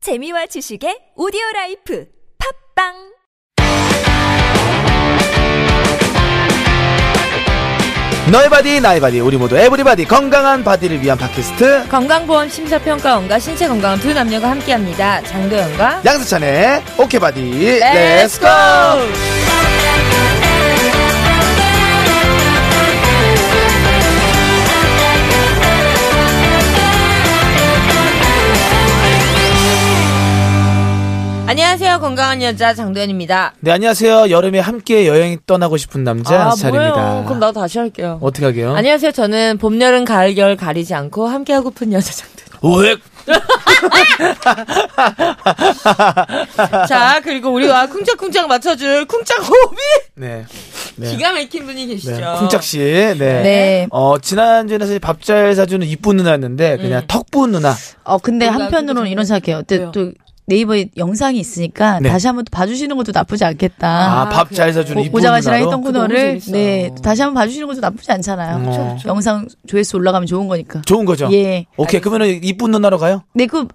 재미와 지식의 오디오 라이프 팝빵 너의 바디 나의 바디 우리 모두 에브리바디 건강한 바디를 위한 팟캐스트 건강보험 심사평가원과 신체 건강 두 남녀가 함께합니다. 장도연과 양세찬의 오케이 바디 Let's 렛츠고 go! 안녕하세요. 건강한 여자 장도연입니다. 네 안녕하세요 여름에 함께 여행 떠나고 싶은 남자 양세찬입니다 아, 그럼 나도 다시 할게요. 어떻게 하게요? 안녕하세요. 저는 봄, 여름, 가을, 겨울 가리지 않고 함께하고픈 여자 장도연. 오획 자, 그리고 우리와 쿵짝쿵짝 맞춰줄 쿵짝 호흡이 네, 네. 기가 막힌 분이 계시죠. 네. 쿵짝씨 네. 네. 어 지난주에 사실 밥 잘 사주는 이쁜 누나였는데 그냥 턱부 누나 어 근데 몰라, 한편으로는 근데 이런 생각해요. 왜요? 또, 또 네이버에 영상이 있으니까 네. 다시 한번 또 봐주시는 것도 나쁘지 않겠다. 뭐 아 밥 잘 사주는 고- 이쁜 고자가시라 했던 누나로 코너를 재밌어요. 네 다시 한번 봐주시는 것도 나쁘지 않잖아요. 어. 영상 조회수 올라가면 좋은 거니까. 좋은 거죠? 예. 오케이 그러면은 이쁜 누나로 가요? 네, 그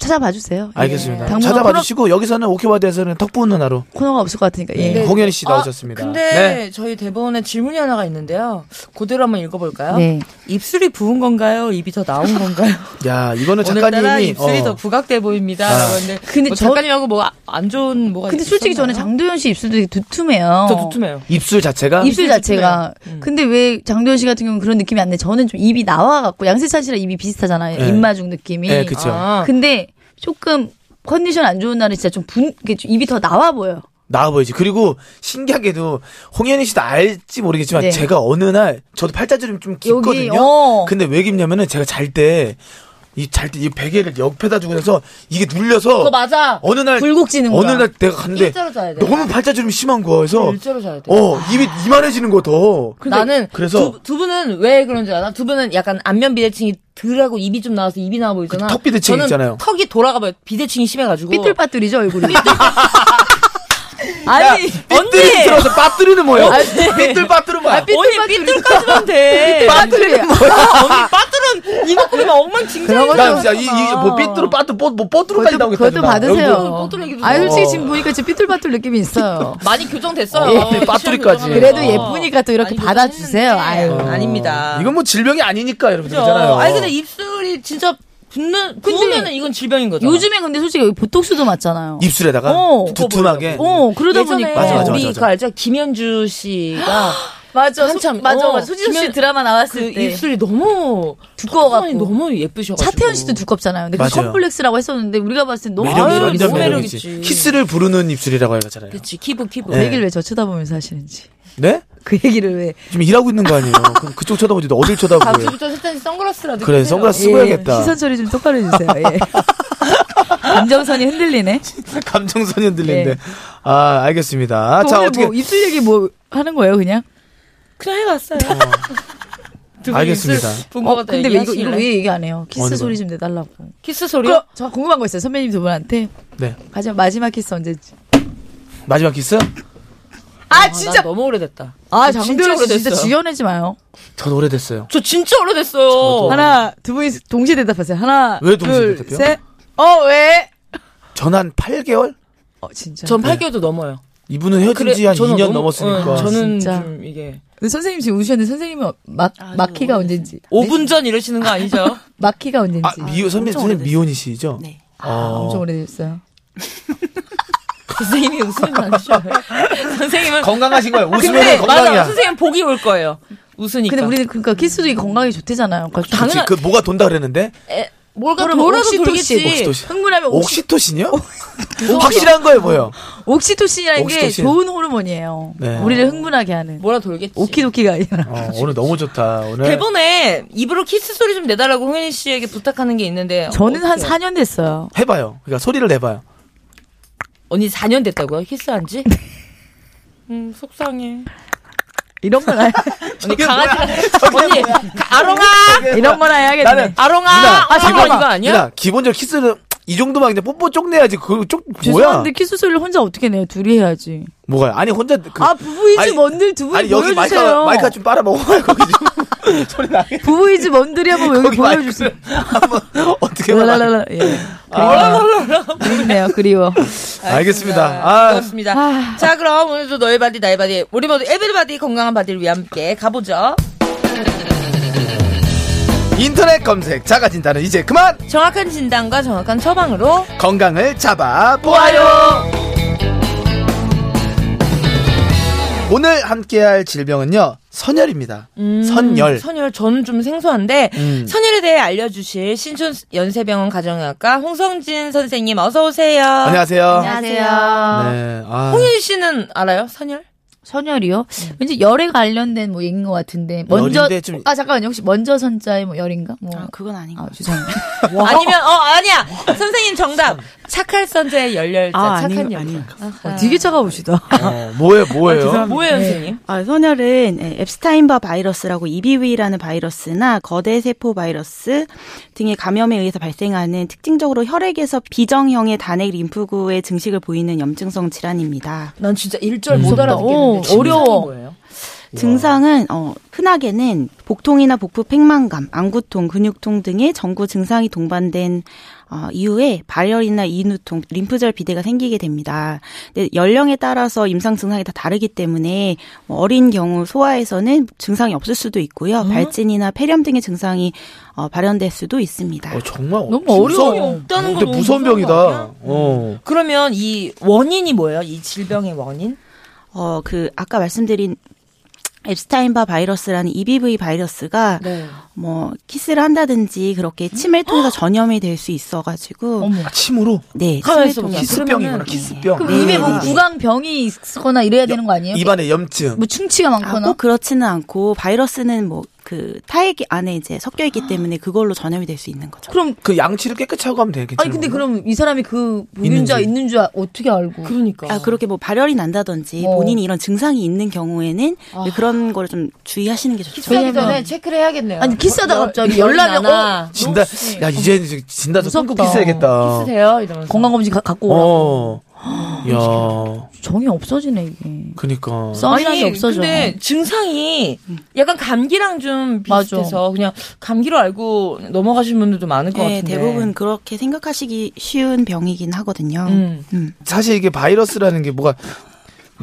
찾아봐 주세요. 예. 알겠습니다 당분간 찾아봐 코너- 주시고 여기서는 오케이 바디에서는 턱부 누나로 코너가 없을 것 같으니까. 예. 네. 홍현희 씨 나오셨습니다. 아, 근데 네. 저희 대본에 질문이 하나가 있는데요. 그대로 한번 읽어볼까요? 네. 입술이 부은 건가요? 입이 더 나온 건가요? 야 이거는 오늘따라 작가님이 입술이 어. 아. 더 부각돼 보입니다. 라고 했는데 근데 뭐 저- 작가님하고 뭐 안 좋은 뭐가 근데 솔직히 저는 있었나요? 장도연 씨 입술도 되게 두툼해요. 저 두툼해요. 입술 자체가 입술 입술 자체가. 두툼해요. 음. 근데 왜 장도연 씨 같은 경우는 그런 느낌이 안 나? 저는 좀 입이 나와갖고 양세찬 씨랑 입이 비슷하잖아요. 네. 입마중 느낌이. 네, 그쵸. 아, 근데 조금 컨디션 안 좋은 날은 진짜 좀 분, 이게 좀 입이 더 나와 보여요. 나와 보이지. 그리고 신기하게도 홍현희 씨도 알지 모르겠지만 네. 제가 어느 날 저도 팔자주름 좀 여기, 깊거든요. 어. 근데 왜 깊냐면은 제가 잘 때 이 잘 때 이 베개를 옆에다 주고 나서 이게 눌려서 그거 맞아. 어느 날 굴곡 지는 어느 거야. 날 내가 갔는데 일자로 자야 돼. 너무 팔자주름이 심한 거야. 그래서 일자로 자야 돼. 어, 입이 이만해지는 거 더. 나는 그래서 두, 두 분은 왜 그런 줄 알아? 두 분은 약간 안면 비대칭이 덜하고 입이 좀 나와서 입이 나와 보이잖아. 그턱 비대칭 저는 있잖아요. 턱이 돌아가 봐요. 비대칭이 어. 심해가지고. 삐뚤빠뚤이죠 얼굴이. 아니 삐뚤이 언니. 들어서 빠뜨리는 뭐예요? 아니. 삐뚤 빠뜨는 뭐야? 언니 삐뚤까지만 돼. 빠뜨리는 뭐야? 언니 빠뚤은 이목구비만 엉망진창이야. 나 진짜 아. 이뭐 삐뚤어 빠뚤 뽀- 뭐 뽀뚤까지 그것도, 나오겠다. 그것도 받으세요. 뽀뚜루 얘기 좀 아 해봐. 솔직히 지금 보니까 지금 삐뚤빠뚤 느낌이 있어요. 많이 교정됐어요. 어, 예. 빠뚜리까지. 교정하면서. 그래도 어. 예쁘니까 또 이렇게 많이 받아주세요. 아유. 교정했는데. 아닙니다. 이건 뭐 질병이 아니니까 여러분 그죠? 그러잖아요. 아니 근데 입술이 진짜 붙는 붙으면은 이건 질병인 거죠. 요즘에 근데 솔직히 여기 보톡스도 맞잖아요. 입술에다가 어. 두툼하게 어 그러다 보니까 맞아, 맞아, 우리 맞아. 그 알죠? 김현주 씨가 맞아 한참- 맞아 어, 맞아. 수지수 씨 김현- 드라마 그 나왔을 때 입술이 너무 두꺼워갖고. 너무 예쁘셔가지고 차태현 씨도 두껍잖아요. 근데 그 맞아요. 컴플렉스라고 했었는데 우리가 봤을 때 너무 매력이 어. 아유, 완전 너무 매력이지. 매력이지. 키스를 부르는 입술이라고 하잖아요. 그치 키보 키보. 그 예. 얘기를 왜 저 쳐다보면서 하시는지 네? 그 얘기를 왜 지금 일하고 있는 거 아니에요? 그럼 그쪽 쳐다보지 너 어딜 쳐다보고 요 다음주부터 세찬이 네. 선글라스라도 그래 끼세요. 선글라스 쓰고 예, 해야겠다. 시선 처리 좀 똑바로 해주세요. 예. 감정선이 흔들리네. 감정선이 흔들리는데. 네. 예. 아 알겠습니다. 자 오늘 어떻게 뭐 입술 얘기 뭐 하는 거예요, 그냥? 그냥 해봤어요. 어, 두분 알겠습니다. 입술 본것 같아요. 어, 근데 왜 이거, 얘기하실래요? 이거 왜 얘기 안 해요? 어느 키스 소리 좀 내달라고. 키스 소리요? 그럼 저 궁금한 거 있어요, 선배님 두 분한테. 네 가장 마지막 키스 언제지? 마지막 키스? 아, 아, 진짜. 나 너무 오래됐다. 아, 저 장도연 씨 진짜 오래됐어요. 지연하지 마요. 전 오래됐어요. 저 진짜 오래됐어요. 하나, 두 분이 동시에 대답하세요. 하나, 왜 동시에 둘, 대답해요? 셋. 어, 왜? 전 한 8개월? 어, 진짜. 전 8개월도 넘어요. 이분은 헤어진 지 한 2년 너무- 넘었으니까. 응, 저는 진짜. 좀 이게 근데 선생님 지금 우셨는데 선생님은 막, 막히가 언제인지. 5분 전 이러시는 거 아니죠? 막히가 언제인지. 어? 아 미호 선배 선생님 미혼이시죠? 네. 아, 엄청 오래됐어요. 선생님이 웃음이 많으셔요. 선생님은 건강하신 거예요. 근데 웃으면 맞아. 건강이야. 선생님 복이 올 거예요. 웃으니까. 근데 우리는 그러니까 키스도 이게 건강에 좋대잖아요. 그러니까 좀- 그치, 그 뭐가 돈다 그랬는데 에, 뭘가 그러면 돌아도 옥시토신, 돌겠지. 옥시토신. 흥분하면 옥시, 어, 옥시토신이요? 확실한 거예요, 뭐요? 옥시토신이라는 게 옥시토신. 좋은 호르몬이에요. 네. 우리를 흥분하게 하는. 뭐라 돌겠지. 오키도키가 아니라. 어, 오늘 너무 좋다. 네. 오늘 대본에 입으로 키스 소리 좀 내달라고 홍현희 씨에게 부탁하는 게 있는데 저는 한 어떡해요? 4년 됐어요. 해봐요. 그러니까 소리를 내봐요. 언니 4년 됐다고요? 키스한 지? 음 속상해. 이런 거나 언니 강아지 언니 가- 아롱아 이런 거나 해야겠네. 나는 아롱아 누나, 아 잠깐만 누나, 이거 아니야? 누나, 기본적으로 키스는 이 정도만 그냥 뽀뽀 쪽 내야지. 그 쪽 뭐야? 죄송한데 키스 소리를 혼자 어떻게 내요? 둘이 해야지. 뭐가? 아니 혼자 그, 아 부부이즈 아니, 먼들 두 분이 아니 여기 마이카 보여주세요. 마이카 좀 빨아먹어. 거기 좀 소리 나게. 부부이즈 먼들이 한번 여기 거기 보여주세요. 마이크를 한번 어떻게 랄랄랄라. 말아? 예. 아, 그립네요, 그리워. 알겠습니다. 아, 그렇습니다. 네, 자, 그럼 오늘도 너의 바디, 나의 바디, 우리 모두 에브리바디 건강한 바디를 위해 함께 가보죠. 인터넷 검색 자가 진단은 이제 그만 정확한 진단과 정확한 처방으로 건강을 잡아 보아요. 오늘 함께할 질병은요 선열입니다. 선열. 선열 저는 좀 생소한데 음. 선열에 대해 알려주실 신촌 연세병원 가정의학과 홍성진 선생님 어서 오세요. 안녕하세요. 안녕하세요. 네. 아, 홍윤 씨는 알아요? 선열? 선열이요? 왠지 열에 관련된 뭐 얘기인 것 같은데. 먼저. 네. 열인데 좀- 아, 잠깐만요. 혹시 먼저 선자의 뭐 열인가? 뭐. 아, 그건 아닌 것 죄송합니다. 아니면 어 아니야 선생님 정답 착할 선자의 열렬자 아, 착한 아니요, 열. 아니요. 아하. 어, 되게 차가우시다. 어, 뭐예요, 뭐예요? 뭐예요 네. 선생님? 아, 선열은 예, 엡스타인버 바이러스라고 EBV라는 바이러스나 거대 세포 바이러스 등의 감염에 의해서 발생하는 특징적으로 혈액에서 비정형의 단핵 림프구의 증식을 보이는 염증성 질환입니다. 난 진짜 일절 못 못 알아듣겠는데 알아듣겠는데 진짜 어려워. 증상은 어, 흔하게는 복통이나 복부 팽만감, 안구통, 근육통 등의 전구 증상이 동반된 어, 이후에 발열이나 이누통, 림프절 비대가 생기게 됩니다. 근데 연령에 따라서 임상 증상이 다 다르기 때문에 어, 어린 경우 소아에서는 증상이 없을 수도 있고요. 발진이나 폐렴 등의 증상이 어, 발현될 수도 있습니다. 어, 정말 너무 무서워. 어려워요. 없다는 거 근데 너무 무서운 무서운 병이다. 거 아니야? 어. 그러면 이 원인이 뭐예요? 이 질병의 원인? 어, 그 아까 말씀드린 엡스타인바 바이러스라는 EBV 바이러스가 네. 뭐 키스를 한다든지 그렇게 침을 통해서 전염이 될 수 있어가지고 아, 침으로 네 가만히 침을 있어 보자. 통해서 키스병이구나, 그러면은- 키스병. 음. 그럼 네. 입에 뭐 네. 구강 병이 있거나 이래야 되는 거 아니에요? 입안에 염증. 뭐 충치가 아, 많거나? 꼭 그렇지는 않고 바이러스는 뭐 그 타액 안에 이제 섞여 있기 때문에 그걸로 전염이 될 수 있는 거죠. 그럼 그 양치를 깨끗이 하고 하면 되겠죠. 아니 근데 그럼 이 사람이 그 보균자 있는지. 있는 줄 아- 어떻게 알고? 그러니까. 아 그렇게 뭐 발열이 난다든지 어. 본인이 이런 증상이 있는 경우에는 아. 네, 그런 거를 좀 주의하시는 게 좋죠. 네, 키스하기 전에 체크를 해야겠네요. 아니 키스하다 갑자기 연락이 어, 진다. 야 이제 이제 진다서 끊고 키스해야겠다. 키스세요 이러면서. 건강 검진 갖고 오라. 고 어. 야, 정이 없어지네 이게. 그니까. 썬이라는 게 없어져. 근데 증상이 약간 감기랑 좀 비슷해서 그냥 감기로 알고 넘어가시는 분들도 많을 것 네, 같은데. 대부분 그렇게 생각하시기 쉬운 병이긴 하거든요. 음. 음. 사실 이게 바이러스라는 게 뭐가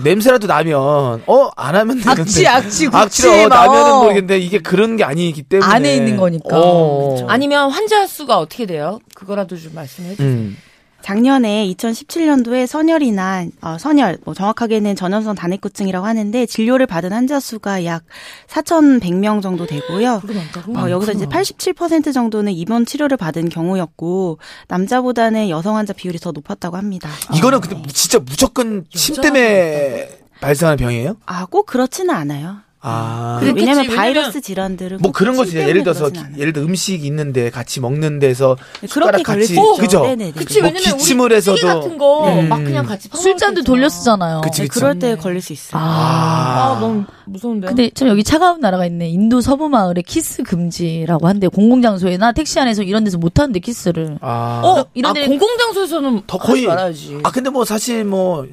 냄새라도 나면 어 안 하면 되는데 악취, 악취, 로 구취, 어, 막, 나면은 어. 모르겠는데 이게 그런 게 아니기 때문에 안에 있는 거니까. 어. 아니면 환자 수가 어떻게 돼요? 그거라도 좀 말씀해 주세요. 음. 작년에 2017년도에 선열이나 어, 선열, 뭐 정확하게는 전염성 단핵구증이라고 하는데 진료를 받은 환자 수가 약 4,100명 정도 되고요. 그게 많다고? 아, 어, 여기서 이제 87% 정도는 입원 치료를 받은 경우였고 남자보다는 여성 환자 비율이 더 높았다고 합니다. 아. 이거는 그 근데 진짜 무조건 침 때문에 발생하는 병이에요? 아, 꼭 그렇지는 않아요. 아. 그래. 그렇겠지. 왜냐면 왜냐면 바이러스 질환들은 뭐 꼭 그런 거지 그렇죠. 침 때문에 예를 들어서 그러진 않아요. 예를 들어 음식 있는데 같이 먹는 데서 그렇게 숟가락 걸릴 같이 수 있죠. 그죠? 네네네. 그치 뭐 왜냐면 기침을 우리 해서도- 찌개 같은 거 막 음. 그냥 같이 퍼먹을 술잔도 때 돌려 있잖아. 쓰잖아요. 그치. 네, 그럴 음. 때 걸릴 수 있어요. 아, 아. 너무 무서운데. 네. 근데 참 여기 차가운 나라가 있네. 인도 서부 마을에 키스 금지라고 한대. 공공 장소에나 택시 안에서 이런 데서 못 하는데 키스를. 아. 어, 이런 이런 데- 공공장소에서는 더 거의 말아야지. 아 근데 뭐 사실 뭐,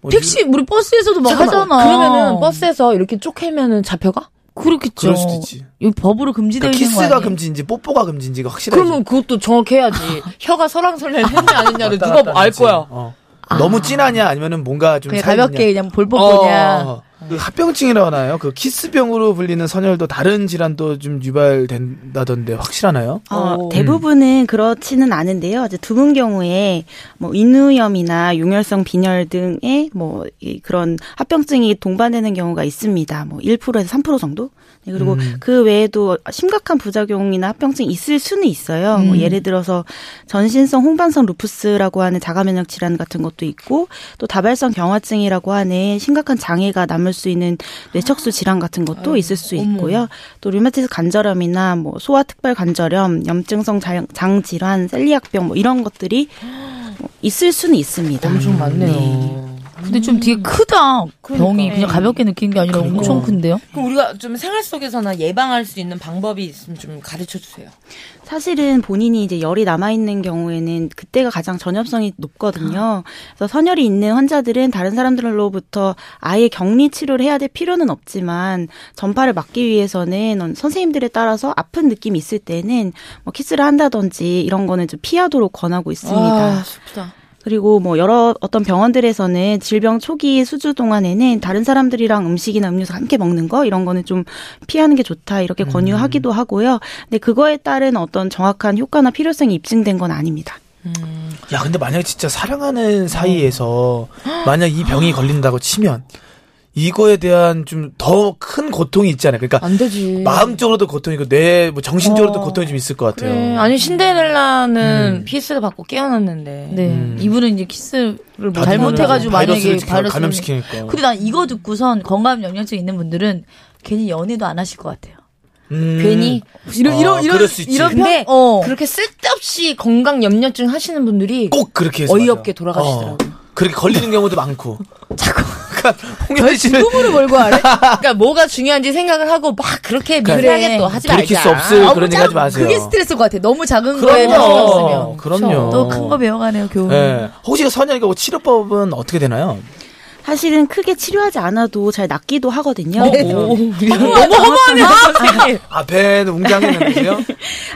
뭐 택시 우리 버스에서도 막 하잖아. 그러면은 뭐 버스에서 이렇게 쪼개면은 잡혀가? 그렇겠죠. 그럴 수도 있지. 이 법으로 금지되어 그러니까 있는 거 키스가 아니에요? 금지인지 뽀뽀가 금지인지가 확실하지. 그러면 그것도 정확해야지. 혀가 설랑설랑 했냐 안 했냐를 왔다 누가 갔다 알 하는지. 거야. 어. 너무 진하냐 아니면은 뭔가 좀 아. 그냥 사이드냐. 가볍게 그냥 볼뽀뽀냐. 네. 어. 그 합병증이라고 하나요? 그 키스병으로 불리는 선열도 다른 질환도 좀 유발된다던데 확실하나요? 어, 오. 대부분은 그렇지는 않은데요. 이제 드문 경우에 뭐 인후염이나 용혈성 빈혈 등의 뭐이 그런 합병증이 동반되는 경우가 있습니다. 뭐 1%에서 3% 정도. 네, 그리고 음. 그 외에도 심각한 부작용이나 합병증이 있을 수는 있어요. 뭐 예를 들어서 전신성 홍반성 루푸스라고 하는 자가면역 질환 같은 것도 있고 또 다발성 경화증이라고 하는 심각한 장애가 남을 수 있는 뇌척수 질환 같은 것도 있을 수 있고요. 또 류마티스 관절염이나 뭐 소아 특별 관절염, 염증성 장, 장 질환, 셀리악병 뭐 이런 것들이 뭐 있을 수는 있습니다. 엄청 아, 많네요. 근데 좀 되게 크다. 병이 그러니까. 그냥 가볍게 느끼는 게 아니라 그러니까. 엄청 큰데요. 그럼 우리가 좀 생활 속에서나 예방할 수 있는 방법이 있으면 좀 가르쳐 주세요. 사실은 본인이 이제 열이 남아 있는 경우에는 그때가 가장 전염성이 높거든요. 그래서 선열이 있는 환자들은 다른 사람들로부터 아예 격리 치료를 해야 될 필요는 없지만 전파를 막기 위해서는 선생님들에 따라서 아픈 느낌이 있을 때는 뭐 키스를 한다든지 이런 거는 좀 피하도록 권하고 아, 있습니다. 슬프다. 그리고 뭐 여러 어떤 병원들에서는 질병 초기 수주 동안에는 다른 사람들이랑 음식이나 음료수 함께 먹는 거 이런 거는 좀 피하는 게 좋다 이렇게 권유하기도 하고요. 근데 그거에 따른 어떤 정확한 효과나 필요성이 입증된 건 아닙니다. 야, 근데 만약에 진짜 사랑하는 어. 사이에서 만약 이 병이 걸린다고 치면 이거에 대한 좀 더 큰 고통이 있잖아요. 그러니까 안 되지. 네. 마음적으로도 고통이고 뇌, 뭐 정신적으로도 어. 고통이 좀 있을 것 같아요. 네, 그래. 아니 신데렐라는 음. 피스를 받고 깨어났는데. 네. 음. 이분은 이제 키스를 뭐 바이러스- 잘못해가지고 만약에 바이러스를 바이러스 감염시키니까. 근데 난 이거 듣고선 건강 염려증 있는 분들은 괜히 연애도 안 하실 것 같아요. 그 음. 괜히 어, 이런 아, 이런 이런 그럴 수 있지. 이런 편- 근데 어. 그렇게 쓸데없이 건강 염려증 하시는 분들이 꼭 그렇게 해서 어이없게 맞아. 돌아가시더라고요. 어. 그렇게 걸리는 경우도 많고. 자꾸. 그러니까 홍현 씨는 꿈으로 걸고 하래. 그러니까 뭐가 중요한지 생각을 하고 막 그렇게 민감하게 그래. 또 하지 말자. 아, 돌이킬 수 없을 그런 얘기 하지 마세요. 그게 스트레스 것 같아. 너무 작은 거에 그럼요. 신경 쓰면 그렇죠. 그럼요. 또 큰 거 배워가네요 교훈. 예. 혹시 선영이가 치료법은 어떻게 되나요? 사실은 크게 치료하지 않아도 잘 낫기도 하거든요. 어, 네. 오. 너무 허무하네요. 선생님. 앞에는 아, 웅장했는데요.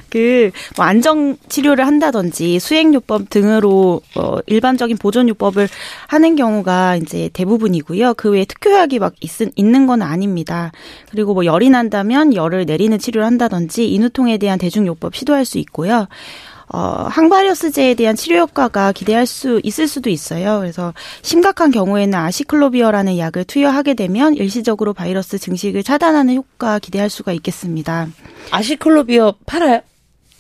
그, 뭐, 안정 치료를 한다든지 수행요법 등으로, 어, 일반적인 보존요법을 하는 경우가 이제 대부분이고요. 그 외에 특효약이 막 있, 있는 건 아닙니다. 그리고 뭐, 열이 난다면 열을 내리는 치료를 한다든지 인후통에 대한 대중요법 시도할 수 있고요. 어, 항바이러스제에 대한 치료 효과가 기대할 수 있을 수도 있어요. 그래서 심각한 경우에는 아시클로비어라는 약을 투여하게 되면 일시적으로 바이러스 증식을 차단하는 효과 기대할 수가 있겠습니다. 아시클로비어 팔아요?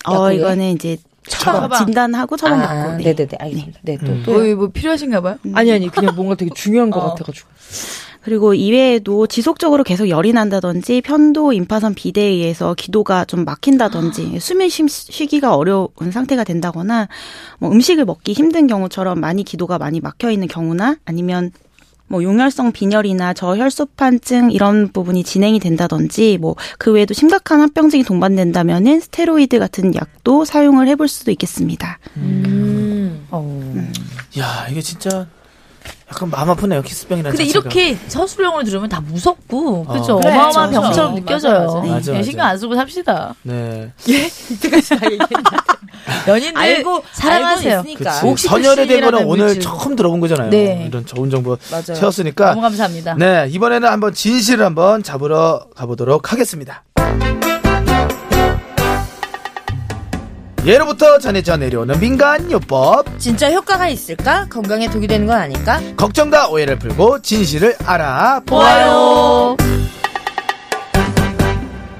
어, 약국에? 이거는 이제 처방 처방. 진단하고 처방받고. 아, 네. 네네네 알겠습니다. 네, 또, 또. 거의 뭐 필요하신가 봐요. 아니 아니 그냥 뭔가 되게 중요한 것 어. 같아가지고. 그리고 이외에도 지속적으로 계속 열이 난다든지 편도 임파선 비대에 의해서 기도가 좀 막힌다든지 수면 쉼- 쉬기가 어려운 상태가 된다거나 뭐 음식을 먹기 힘든 경우처럼 많이 기도가 많이 막혀 있는 경우나 아니면 뭐 용혈성 빈혈이나 저혈소판증 이런 부분이 진행이 된다든지 뭐 그 외에도 심각한 합병증이 동반된다면은 스테로이드 같은 약도 사용을 해볼 수도 있겠습니다. 야, 이게 진짜 약간 마음 아프네요. 키스병이라는 근데 자체가. 이렇게 서술형을 들으면 다 무섭고 어. 네. 그죠? 그래, 어마어마한 맞아. 병처럼 맞아, 느껴져요. 맞아, 맞아. 맞아, 예, 신경 맞아. 안 쓰고 삽시다. 네. 연인들 알고 사랑하세요. 알고 있으니까. 그치. 선열에 대한 거는 옥시토신이라는 오늘 물질. 처음 들어본 거잖아요. 네. 이런 좋은 정보 맞아요. 채웠으니까 너무 감사합니다. 네, 이번에는 한번 진실을 한번 잡으러 가보도록 하겠습니다. 예로부터 전해져 내려오는 민간 요법 진짜 효과가 있을까? 건강에 독이 되는 건 아닐까? 걱정과 오해를 풀고 진실을 보아요. 알아보아요.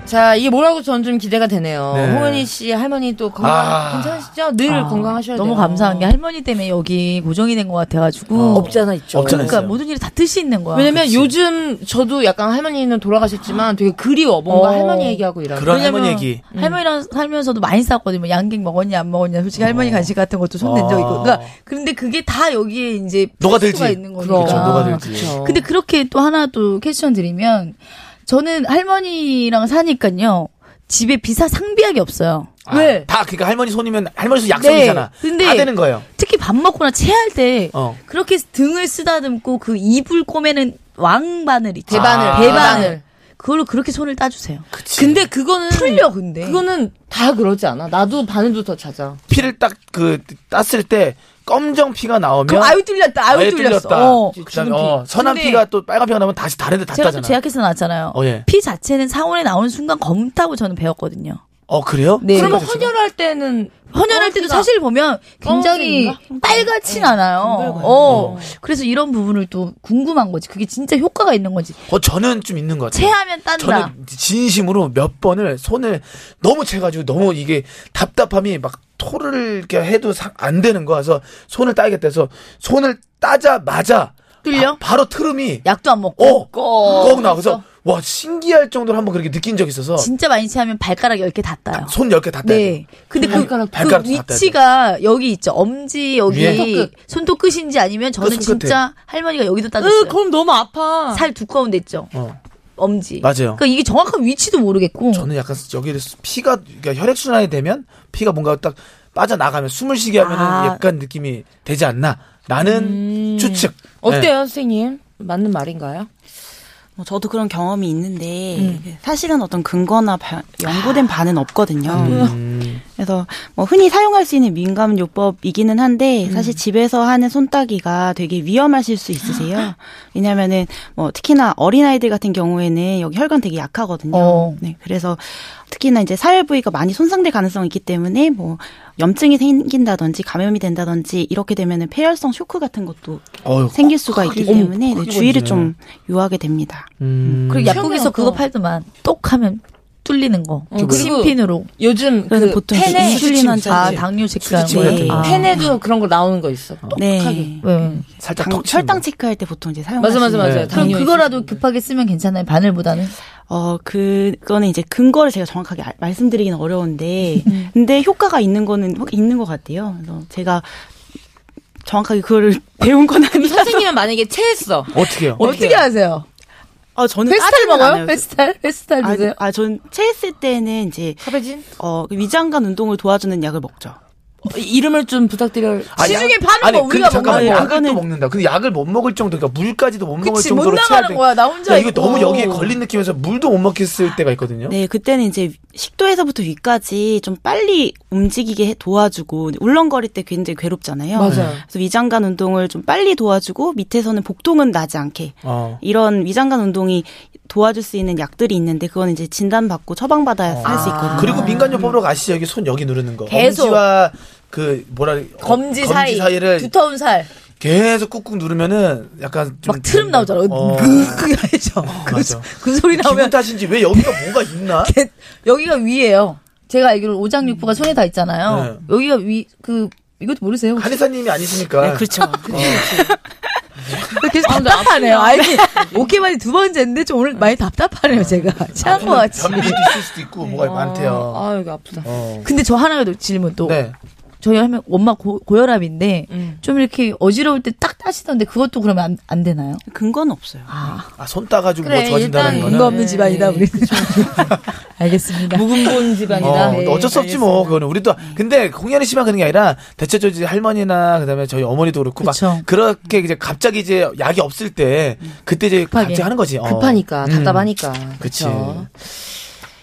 자 이게 뭐라고 전 좀 기대가 되네요. 네. 홍은희 씨 할머니 또 건강 아. 괜찮으시죠? 늘 아, 건강하셔야 돼요. 너무 감사한 게 할머니 때문에 여기 고정이 된 것 같아가지고 어. 없잖아 있죠. 없잖아. 그러니까 있어요. 모든 일이 다 뜻이 있는 거야. 왜냐면 요즘 저도 약간 할머니는 돌아가셨지만 되게 그리워. 뭔가 어. 할머니 얘기하고 이런. 그런 왜냐면 할머니 얘기. 음. 할머니랑 살면서도 많이 싸웠거든요. 뭐 양갱 먹었냐 안 먹었냐. 솔직히 어. 할머니 간식 같은 것도 손 낸 적 있고. 그러니까 그런데 그게 다 여기에 이제 녹아들지. 필수가 있는 거니까. 그렇죠, 녹아들지. 그쵸. 근데 그렇게 또 하나 또 퀘스천 드리면 저는 할머니랑 사니까요. 집에 비사 상비약이 없어요. 아, 왜? 다 그러니까 할머니 손이면 할머니 손 약속이잖아. 네, 근데- 다 되는 거예요. 특히 밥 먹거나 체할 때 어. 그렇게 등을 쓰다듬고 그 이불 꼬매는 왕바늘이 아. 대바늘. 대바늘. 대바늘 그걸로 그렇게 손을 따주세요. 근데 그거는 풀려 근데 그거는 다 그러지 않아. 나도 바늘도 더 찾아. 피를 딱 그 땄을 때 검정 피가 나오면 그럼 아유 뚫렸다 아유, 아예 뚫렸어. 뚫렸다. 어. 그다음에 주름 피. 어, 선한 근데- 피가 또 빨간 피가 나면 다시 다른 데다 제가 또 따잖아. 제약회사 나왔잖아요. 어, 예. 피 자체는 사원에 나오는 순간 검다고 저는 배웠거든요. 어 그래요? 네. 그러면 그래서- 헌혈할 때는 헌혈할 때도 검은색이다. 사실 어, 보면 굉장히 빨갛진 않아요. 어. 그래서 이런 부분을 또 궁금한 거지. 그게 진짜 효과가 있는 건지. 어 저는 좀 있는 것 같아요. 체하면 딴다. 저는 진심으로 몇 번을 손을 너무 채가지고 너무 이게 답답함이 막 토를 이렇게 해도 사- 안 되는 거야. 그래서 손을 따야겠다 해서 손을 따자마자 뚫려? 바, 로 트름이 약도 안 먹고. 어! 꺽 나와서 와 신기할 정도로 한번 그렇게 느낀 적이 있어서 진짜 많이 치면 발가락 10개 다 따요. 손 10개 다 떼야 네. 돼. 근데 그, 발가락, 그 발가락도 다 위치가 여기 있죠. 엄지 위에? 여기 손톱끝. 손톱 끝인지 아니면 저는 그 손끝에. 진짜 할머니가 여기도 으, 따졌어요. 그럼 너무 아파. 살 두꺼운 데 있죠. 어. 엄지. 맞아요. 그러니까 이게 정확한 위치도 모르겠고. 저는 약간 여기를 수- 피가 그러니까 혈액 순환이 되면 피가 뭔가 딱 빠져나가면 숨을 쉬게 하면은 아. 음. 약간 느낌이 되지 않나라는 추측. 어때요, 네. 선생님? 맞는 말인가요? 뭐 저도 그런 경험이 있는데 사실은 어떤 근거나 바- 연구된 바는 없거든요. 아. 음. 그래서 뭐 흔히 사용할 수 있는 민감 요법이기는 음. 한데 사실 집에서 하는 손따기가 되게 위험하실 수 있으세요. 왜냐면은 뭐 특히나 어린 아이들 같은 경우에는 여기 혈관 되게 약하거든요. 어. 네, 그래서 특히나 이제 사혈 부위가 많이 손상될 가능성이 있기 때문에 뭐 염증이 생긴다든지 감염이 된다든지 이렇게 되면은 폐혈성 쇼크 같은 것도 어휴. 생길 수가 있기 어머, 때문에 네, 아, 크게 주의를 걸리네. 좀 요하게 됩니다. 음. 그리고 약국에서 시원하다. 그거 팔더만 똑똑하면 뚫리는 거. 어, 그리고 심핀으로. 요즘 그래서 그 보통 이제 펜에 인슐린 환자들 아, 당뇨 체크하는 수지침 거. 같은 거. 아. 펜에도 그런 거 나오는 거 있어. 똑똑하게. 네. 네. 살짝 당- 턱 치는 혈당 거. 체크할 때 보통 이제 사용하는 맞아, 맞아, 맞아. 네. 그럼 당뇨 그거라도 있으신 분들. 급하게 쓰면 괜찮아요. 바늘보다는. 어, 그, 그거는 이제 근거를 제가 정확하게 알- 말씀드리기는 어려운데, 근데 효과가 있는 거는 확 있는 것 같아요. 그래서 제가 정확하게 그거를 배운 건 아니라. 선생님은 만약에 체했어. 어떻게요? 어떻게 하세요? 아, 저는 페스탈 따지는 먹어요? 않아요. 페스탈? 페스탈 아, 드세요? 아, 전 체했을 때는 이제, 카베진? 어, 그 위장관 운동을 도와주는 약을 먹죠. 어, 이름을 좀 부탁드려요. 아, 시중에 약- 파는 아니, 거 우리가 근데 잠깐만 먹는 약을 거는- 또 먹는다. 근데 약을 못 먹을 정도, 그러니까 물까지도 못 먹을 그치, 못 정도로 나가는 치아야 돼. 거야. 나 혼자 야, 이거 있고. 너무 여기에 걸린 느낌에서 물도 못 먹겠을 때가 있거든요. 네, 그때는 이제 식도에서부터 위까지 좀 빨리 움직이게 해- 도와주고 울렁거릴 때 굉장히 괴롭잖아요. 맞아요. 그래서 위장관 운동을 좀 빨리 도와주고 밑에서는 복통은 나지 않게 어. 이런 위장관 운동이 도와줄 수 있는 약들이 있는데 그건 이제 진단받고 처방받아야 할 수 있거든요. 어. 그리고 민간요법으로 아시죠? 여기 손 여기 누르는 거. 계속. 엄지와 그 뭐라 그래? 어, 검지 사이. 를 두터운 살. 계속 꾹꾹 누르면은 약간 좀 막 트름 나오잖아. 어. 그게 알죠? 그, 맞아. 그 소리 기분 나오면 네. 탓인지 왜 여기가 뭐가 있나? 이렇게 여기가 위에요. 제가 알기로 오장육부가 손에 다 네. 있잖아요. 여기가 위, 그, 이것도 모르세요? 혹시? 한의사님이 아니시니까. 네, 그렇죠. 아, 그 계속 답답하네요. 아니, 오케이만이 두 번째인데 좀 오늘 많이 답답하네요, 아, 제가. 참한 뭐 것 어. 같이. 변비도 있을 수도 있고 뭐가 많대요. 아, 여기 아프다. 어. 근데 저 하나 더 질문 또. 네. 저희 할머니 엄마 고, 혈압인데 음. 좀 이렇게 어지러울 때 딱 따시던데 그것도 그러면 안, 안 되나요? 근거는 없어요. 아, 손 따가지고 그래, 뭐 좋아진다는 거는. 일단 네. 근거 없는 집안이다 우리. 알겠습니다. 묵은본 집안이다. 어, 네, 어쩔 수 없지 뭐 그거는 우리도 근데 공연이 심한 그런 게 아니라 대체적으로 이제 할머니나 그다음에 저희 어머니도 그렇고 그쵸. 막 그렇게 이제 갑자기 이제 약이 없을 때 그때 이제 급하게. 갑자기 하는 거지. 어. 급하니까, 음. 답답하니까. 그치. 그쵸.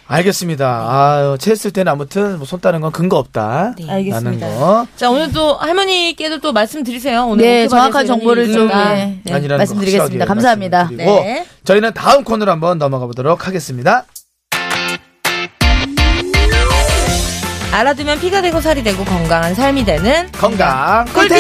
알겠습니다. 아, 체했을 때는 아무튼 뭐손 따는 건 근거 없다. 라는 알겠습니다. 거. 자, 오늘 또 할머니께도 또 말씀드리세요. 오늘 네, 오토바이에서 정확한 이런 정보를 일이 좀 있구나. 예, 예, 아니라는 거 말씀드리겠습니다. 확실하게 감사합니다. 말씀드리고 네. 저희는 다음 코너로 한번 넘어가 보도록 하겠습니다. 알아두면 피가 되고 살이 되고 건강한 삶이 되는 건강 꿀팁.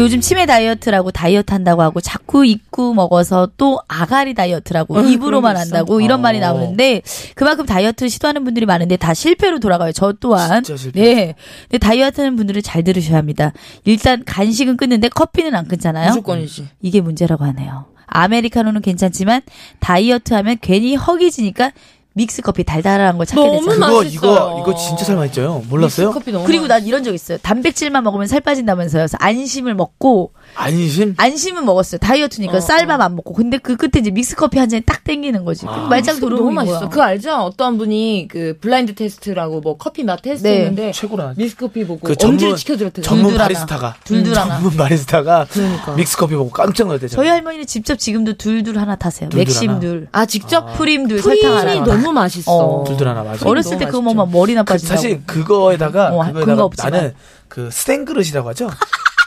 요즘 치매 다이어트라고 다이어트 한다고 하고 자꾸 입고 먹어서 또 아가리 다이어트라고 입으로만 한다고 이런 말이 어. 나오는데 그만큼 다이어트 시도하는 분들이 많은데 다 실패로 돌아가요. 저 또한 진짜 실패. 네. 근데 다이어트 하는 분들은 잘 들으셔야 합니다. 일단 간식은 끊는데 커피는 안 끊잖아요. 무조건이지. 이게 문제라고 하네요. 아메리카노는 괜찮지만 다이어트 하면 괜히 허기지니까 믹스 커피 달달한 걸 찾게 너무 되잖아요. 그거 맛있어요. 이거 이거 진짜 살맛있죠요 몰랐어요? 커피 너무 그리고 난 이런 적 있어요. 단백질만 먹으면 살 빠진다면서요. 그래서 안심을 먹고 안심. 안심은 먹었어요. 다이어트니까 쌀밥 안 먹고. 근데 그 끝에 이제 믹스 커피 한 잔이 딱 땡기는 거지. 아, 그럼 말짱 맛있어. 도루묵이 너무 맛있어. 뭐야. 그거 알죠? 어떤 분이 그 블라인드 테스트라고 뭐 커피 맛 테스트 네. 했는데 최고라. 믹스커피 보고 그 엄지를 전문 치켜드렸대. 전문 둘둘하나. 바리스타가 둘둘하나. 전문 바리스타가 그러니까. 믹스 커피 보고 깜짝 놀랐대요. 저희 할머니는 직접 지금도 둘둘 하나 타세요. 둘둘 맥심 하나. 둘. 아 직접 프림 둘, 설탕 프림이 하나. 너무 맛있어. 어. 둘둘 하나 맞아. 어렸을 때 그거 뭐 먹으면 머리나 그 빠진다고. 사실 그거에다가 뭐, 어, 근거 그거에다가 없지만. 나는 그 스탱그릇이라고 하죠.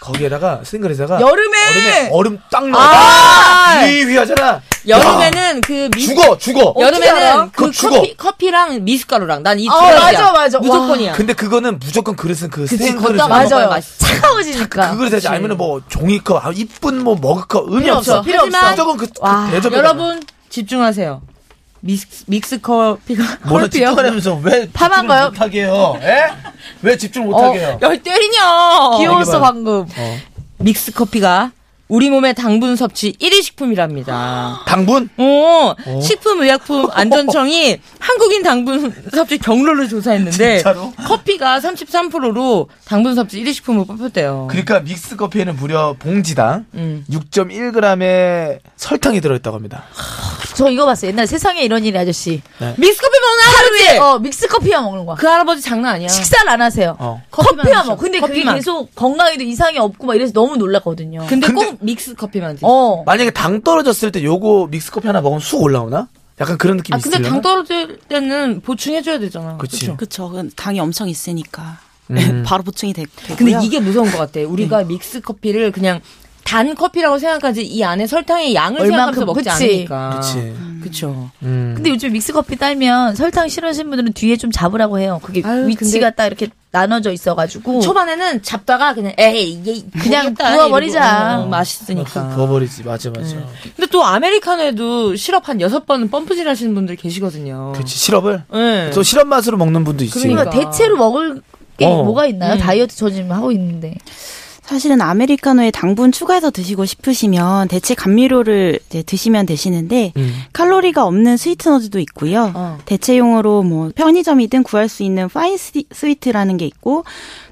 거기에다가 스탱그릇에다가 여름에! 얼음에 얼음 딱 넣어. 아! 위위하잖아. 여름에는 그 미... 죽어 죽어. 여름에는 그거 그 죽어. 커피 커피랑 미숫가루랑 난 이 두 어, 가지야. 맞아, 맞아. 무조건이야. 근데 그거는 무조건 그릇은 그 그치, 스탱그릇. 걷다 맞아. 먹어야 맞아요. 맛있어. 차가워지니까. 그거를 대신 아니면 뭐 종이컵, 아, 이쁜 뭐 머그컵 의미 없어. 그러니까. 필요 없어. 무조건 그, 그 와, 대접에. 여러분 집중하세요. 믹스 믹스 커피가 뭐라 커피요? 집중하면서 왜 파만 집중을 거요? 못하게요? 예? 어. 왜 집중 못하게요? 열 때리냐? 귀여웠어, 방금. 믹스 커피가 우리 몸의 당분 섭취 1위 식품이랍니다. 당분? 오, 어? 식품의약품 안전청이 한국인 당분 섭취 경로를 조사했는데 진짜로? 커피가 33%로 당분 섭취 1위 식품으로 뽑혔대요. 그러니까 믹스 커피에는 무려 봉지당 음. 6.1g의 설탕이 들어있다고 합니다. 저 이거 봤어요. 옛날 세상에 이런 일이 아저씨. 믹스커피 먹는 네. 할아버지! 어, 믹스 커피만 먹는 거야. 그 할아버지 장난 아니야. 식사를 안 하세요. 어. 커피만, 커피만 먹어. 근데 그게 커피만. 계속 건강에도 이상이 없고 막 이래서 너무 놀랐거든요. 근데, 근데- 꼭 믹스커피만 드세요. 어. 만약에 당 떨어졌을 때 요거 믹스 커피 하나 먹으면 쑥 올라오나? 약간 그런 느낌이 아, 근데 있으려나? 당 떨어질 때는 보충해줘야 되잖아. 그치. 그쵸. 그건 당이 엄청 있으니까. 그렇죠. 네, 음. 바로 보충이 되, 되고요. 근데 이게 무서운 것 같아. 네. 우리가 믹스 커피를 그냥 단 커피라고 생각하지 이 안에 설탕의 양을 얼만큼, 생각하면서 먹지 그치. 어. 않으니까. 그치. 그쵸. 음. 근데 요즘 믹스 커피 딸면 설탕 싫어하시는 분들은 뒤에 좀 잡으라고 해요. 그게 아유, 위치가 딱 이렇게 나눠져 있어가지고. 초반에는 잡다가 그냥 에이 이게 그냥 모르겠다, 부어버리자. 이러고. 어, 그 맛있으니까. 네. 부어버리지. 맞아, 맞아. 근데 또 아메리카노에도 시럽 한 여섯 번은 펌프질 하시는 분들 계시거든요. 그치. 시럽을? 예. 또 시럽 맛으로 먹는 분도 있지. 그러니까 그러니까. 대체로 먹을 게 어. 뭐가 있나요? 음. 다이어트 저 지금 하고 있는데. 사실은 아메리카노에 당분 추가해서 드시고 싶으시면 대체 감미료를 이제 드시면 되시는데 음. 칼로리가 없는 스위트너즈도 있고요. 어. 대체용으로 뭐 편의점이든 구할 수 있는 파인 스- 스위트라는 게 있고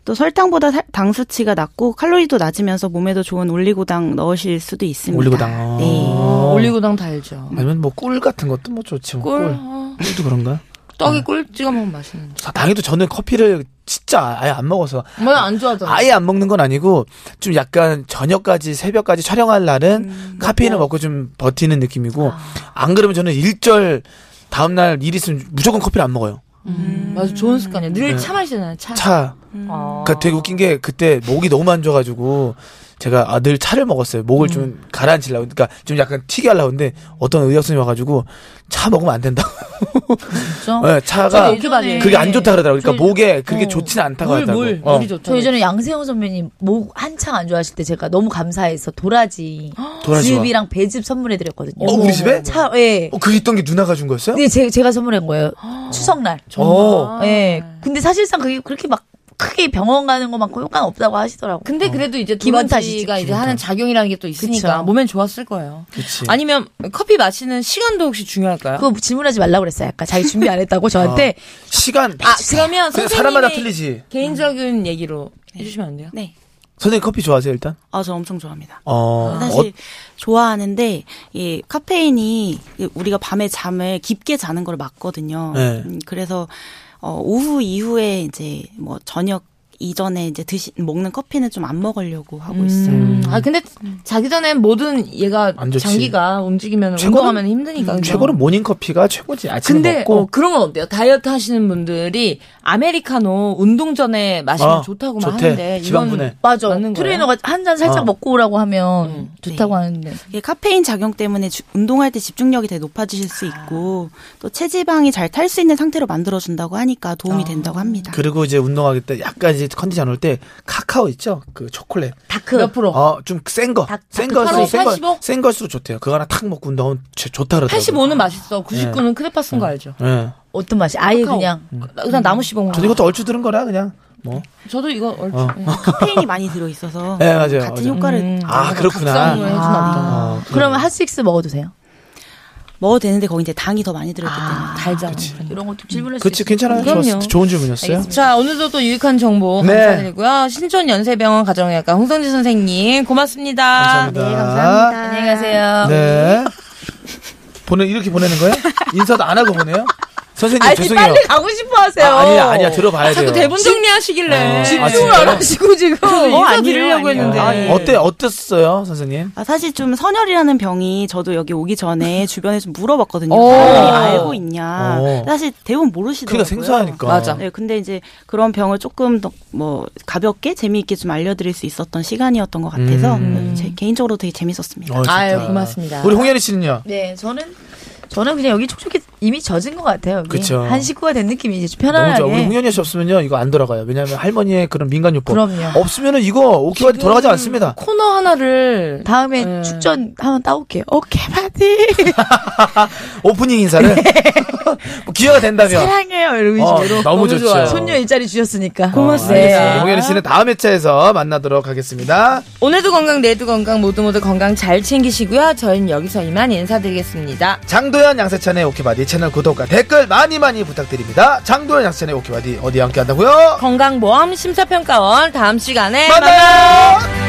또 설탕보다 살- 당 수치가 낮고 칼로리도 낮으면서 몸에도 좋은 올리고당 넣으실 수도 있습니다. 올리고당. 아. 네. 어, 그러니까. 올리고당 달죠. 아니면 뭐 꿀 같은 것도 뭐 좋지. 뭐 꿀, 꿀. 어, 꿀도 그런가? 떡에 꿀 찍어 먹으면 맛있는데. 자, 당해도 저는 커피를 진짜 아예 안 먹어서 뭐야 안 좋아하잖아. 아예 안 먹는 건 아니고 좀 약간 저녁까지 새벽까지 촬영할 날은 카페인을 먹고 좀 버티는 느낌이고 안 그러면 저는 일절 다음 날 일 있으면 무조건 커피를 안 먹어요. 음, 맞아 좋은 습관이야. 늘 네. 차 마시잖아요. 차. 차. 아. 그러니까 되게 웃긴 게 그때 목이 너무 안 좋아가지고 제가 아, 늘 차를 먹었어요. 목을 좀 가라앉히려고. 그러니까 좀 약간 튀게 하려고 했는데 어떤 의학선이 와가지고 차 먹으면 안 된다고. 그죠? 예, 아, 차가 저도 네, 예전에 그게 안 좋다 그러더라고요. 그러니까 저- 목에 그게 어. 좋지는 않다고 물, 하더라고요. 물, 어. 물이 좋죠. 저 예전에 양세형 선배님 목 한창 안 좋아하실 때 제가 너무 감사해서 도라지, 도라지와. 즙이랑 배즙 선물해드렸거든요. 어, 우리 집에? 차, 예. 어, 그 있던 게 누나가 준 거였어요? 네, 제, 제가 선물한 거예요. 아. 추석날. 어. 예. 근데 사실상 그게 그렇게 막 크게 병원 가는 것만큼 효과는 없다고 하시더라고. 요 어. 근데 그래도 이제 기분 기분 탓이지, 탓이가 이제 하는 작용이라는 게 또 있으니까 그쵸. 몸엔 좋았을 거예요. 그치. 아니면 커피 마시는 시간도 혹시 중요할까요? 그거 뭐 질문하지 말라고 그랬어요. 아까 자기 준비 안 했다고 저한테. 시간. 아 그러면 그냥 선생님의 사람마다 틀리지. 음. 개인적인 얘기로 해주시면 아. 안 돼요? 네. 선생님 커피 좋아하세요 일단? 아, 저 엄청 좋아합니다. 어. 네. 사실 좋아하는데 이 카페인이 우리가 밤에 잠을 깊게 자는 걸 막거든요. 네. 음, 그래서 어, 오후 이후에 이제 뭐 저녁 이전에 이제 드시 먹는 커피는 좀 안 먹으려고 하고 있어요. 음. 아 근데 자기 전에 모든 얘가 안 좋지. 장기가 움직이면 최고는- 운동하면 힘드니까 어, 그죠? 최고는 모닝 커피가 최고지. 아침에 근데 먹고. 어, 그런 건 어때요? 다이어트 하시는 분들이 아메리카노 운동 전에 마시면 아, 좋다고 좋대. 하는데 지방 분해. 이건 맞아. 맞는 거예요? 음. 트레이너가 한 잔 살짝 어. 먹고 오라고 하면 좋다고 네. 하는데. 이게 카페인 작용 때문에 주- 운동할 때 집중력이 되게 높아지실 수 있고 또 체지방이 잘 탈 수 있는 상태로 만들어준다고 하니까 도움이 된다고 합니다. 아. 그리고 이제 운동하기 때 약간 이제 컨디션 올 때 카카오 있죠? 그 초콜릿. 다크. 몇 프로? 어, 좀 센 거. 닭- 센 닭- 걸수록 센 걸, 85? 센 걸수록 좋대요. 그거 하나 탁 먹고 운동하면 제- 좋다 그러더라고요. 85는 맛있어. 99는 네. 크레파 쓴 거 알죠? 예. 어떤 맛이? 아예 네. 카카오. 그냥. 음. 그냥 나무 씹어 먹는 저도 거. 이것도 얼추 들은 거라 그냥. 뭐. 저도 이거 얼추. 어. 예. 카페인이 많이 들어있어서 네, 맞아요. 같은 맞아요. 효과를 음. 아, 각성을 그렇구나. 해주나 보다. 어, 그러면 핫식스 먹어도 돼요? 먹어도 되는데 거기 이제 당이 더 많이 들어있기 때문에 달잖아. 이런 것도 질문할 수 그치, 있어요. 괜찮아요. 그럼요. 좋았, 좋은 질문이었어요. 자, 오늘도 또 유익한 정보 네. 감사드리고요. 신촌연세병원 가정의학과 홍성지 선생님, 고맙습니다. 감사합니다. 네, 감사합니다. 안녕히 가세요. 네. 보내, 이렇게 보내는 거예요? 인사도 안 하고 보내요? 선생님, 아니, 죄송해요. 네, 빨리 가고 싶어 하세요. 아, 아니야, 아니야. 들어봐야 돼요. 자꾸 대본 정리하시길래. 어. 집중을 아, 안 진짜요? 네. 하시고 지금. 어, 저도 인사 아니에요, 드리려고 아니에요. 했는데. 아, 예. 어때, 어땠어요, 선생님? 아, 사실 좀 선열이라는 병이 저도 여기 오기 전에 주변에 좀 물어봤거든요. 오. 사람들이 알고 있냐. 오. 사실 대부분 모르시더라고요. 어. 그러니까 생소하니까. 맞아. 네, 근데 이제 그런 병을 조금 더 뭐 가볍게 재미있게 좀 알려드릴 수 있었던 시간이었던 것 같아서 음. 제 개인적으로 되게 재밌었습니다. 어, 좋다. 아유, 고맙습니다. 우리 홍현희 씨는요? 네, 저는 저는 그냥 여기 촉촉히 이미 젖은 것 같아요. 여기. 그쵸. 한 식구가 된 느낌이지 좀 너무 좋아. 우리 편안하게. 홍현희 씨 없으면요 이거 안 돌아가요. 왜냐하면 할머니의 그런 민간요법 그럼요. 없으면은 이거 5kg까지 돌아가지 않습니다. 코너 하나를 다음에 네. 축전 한번 따올게요. 어, 오케이 바디 오프닝 인사를 뭐 기회가 된다면 사랑해요 이런 어, 식으로. 너무 너무 좋죠. 좋아요. 손녀 일자리 주셨으니까. 네. 고맙습니다. 알겠습니다. 홍현희 씨는 다음 회차에서 만나도록 하겠습니다. 오늘도 건강 내일도 건강 모두 모두 건강 잘 챙기시고요. 저희는 여기서 이만 인사드리겠습니다. 장도연 양세찬의 오케바디 채널 구독과 댓글 많이 많이 부탁드립니다. 장도연 네, 양세찬의 오케바디 어디 함께 한다고요? 건강보험 심사평가원 다음 시간에 만나요!